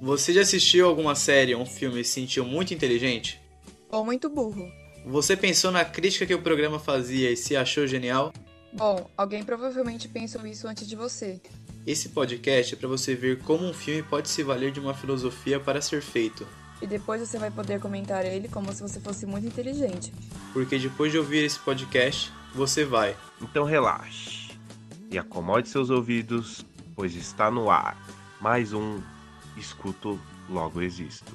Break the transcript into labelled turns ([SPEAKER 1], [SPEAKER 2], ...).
[SPEAKER 1] Você já assistiu alguma série ou um filme e se sentiu muito inteligente?
[SPEAKER 2] Ou muito burro.
[SPEAKER 1] Você pensou na crítica que o programa fazia e se achou genial?
[SPEAKER 2] Bom, alguém provavelmente pensou isso antes de você.
[SPEAKER 1] Esse podcast é para você ver como um filme pode se valer de uma filosofia para ser feito.
[SPEAKER 2] E depois você vai poder comentar ele como se você fosse muito inteligente.
[SPEAKER 1] Porque depois de ouvir esse podcast, você vai.
[SPEAKER 3] Então relaxe e acomode seus ouvidos, pois está no ar mais um Escuto Logo Existo.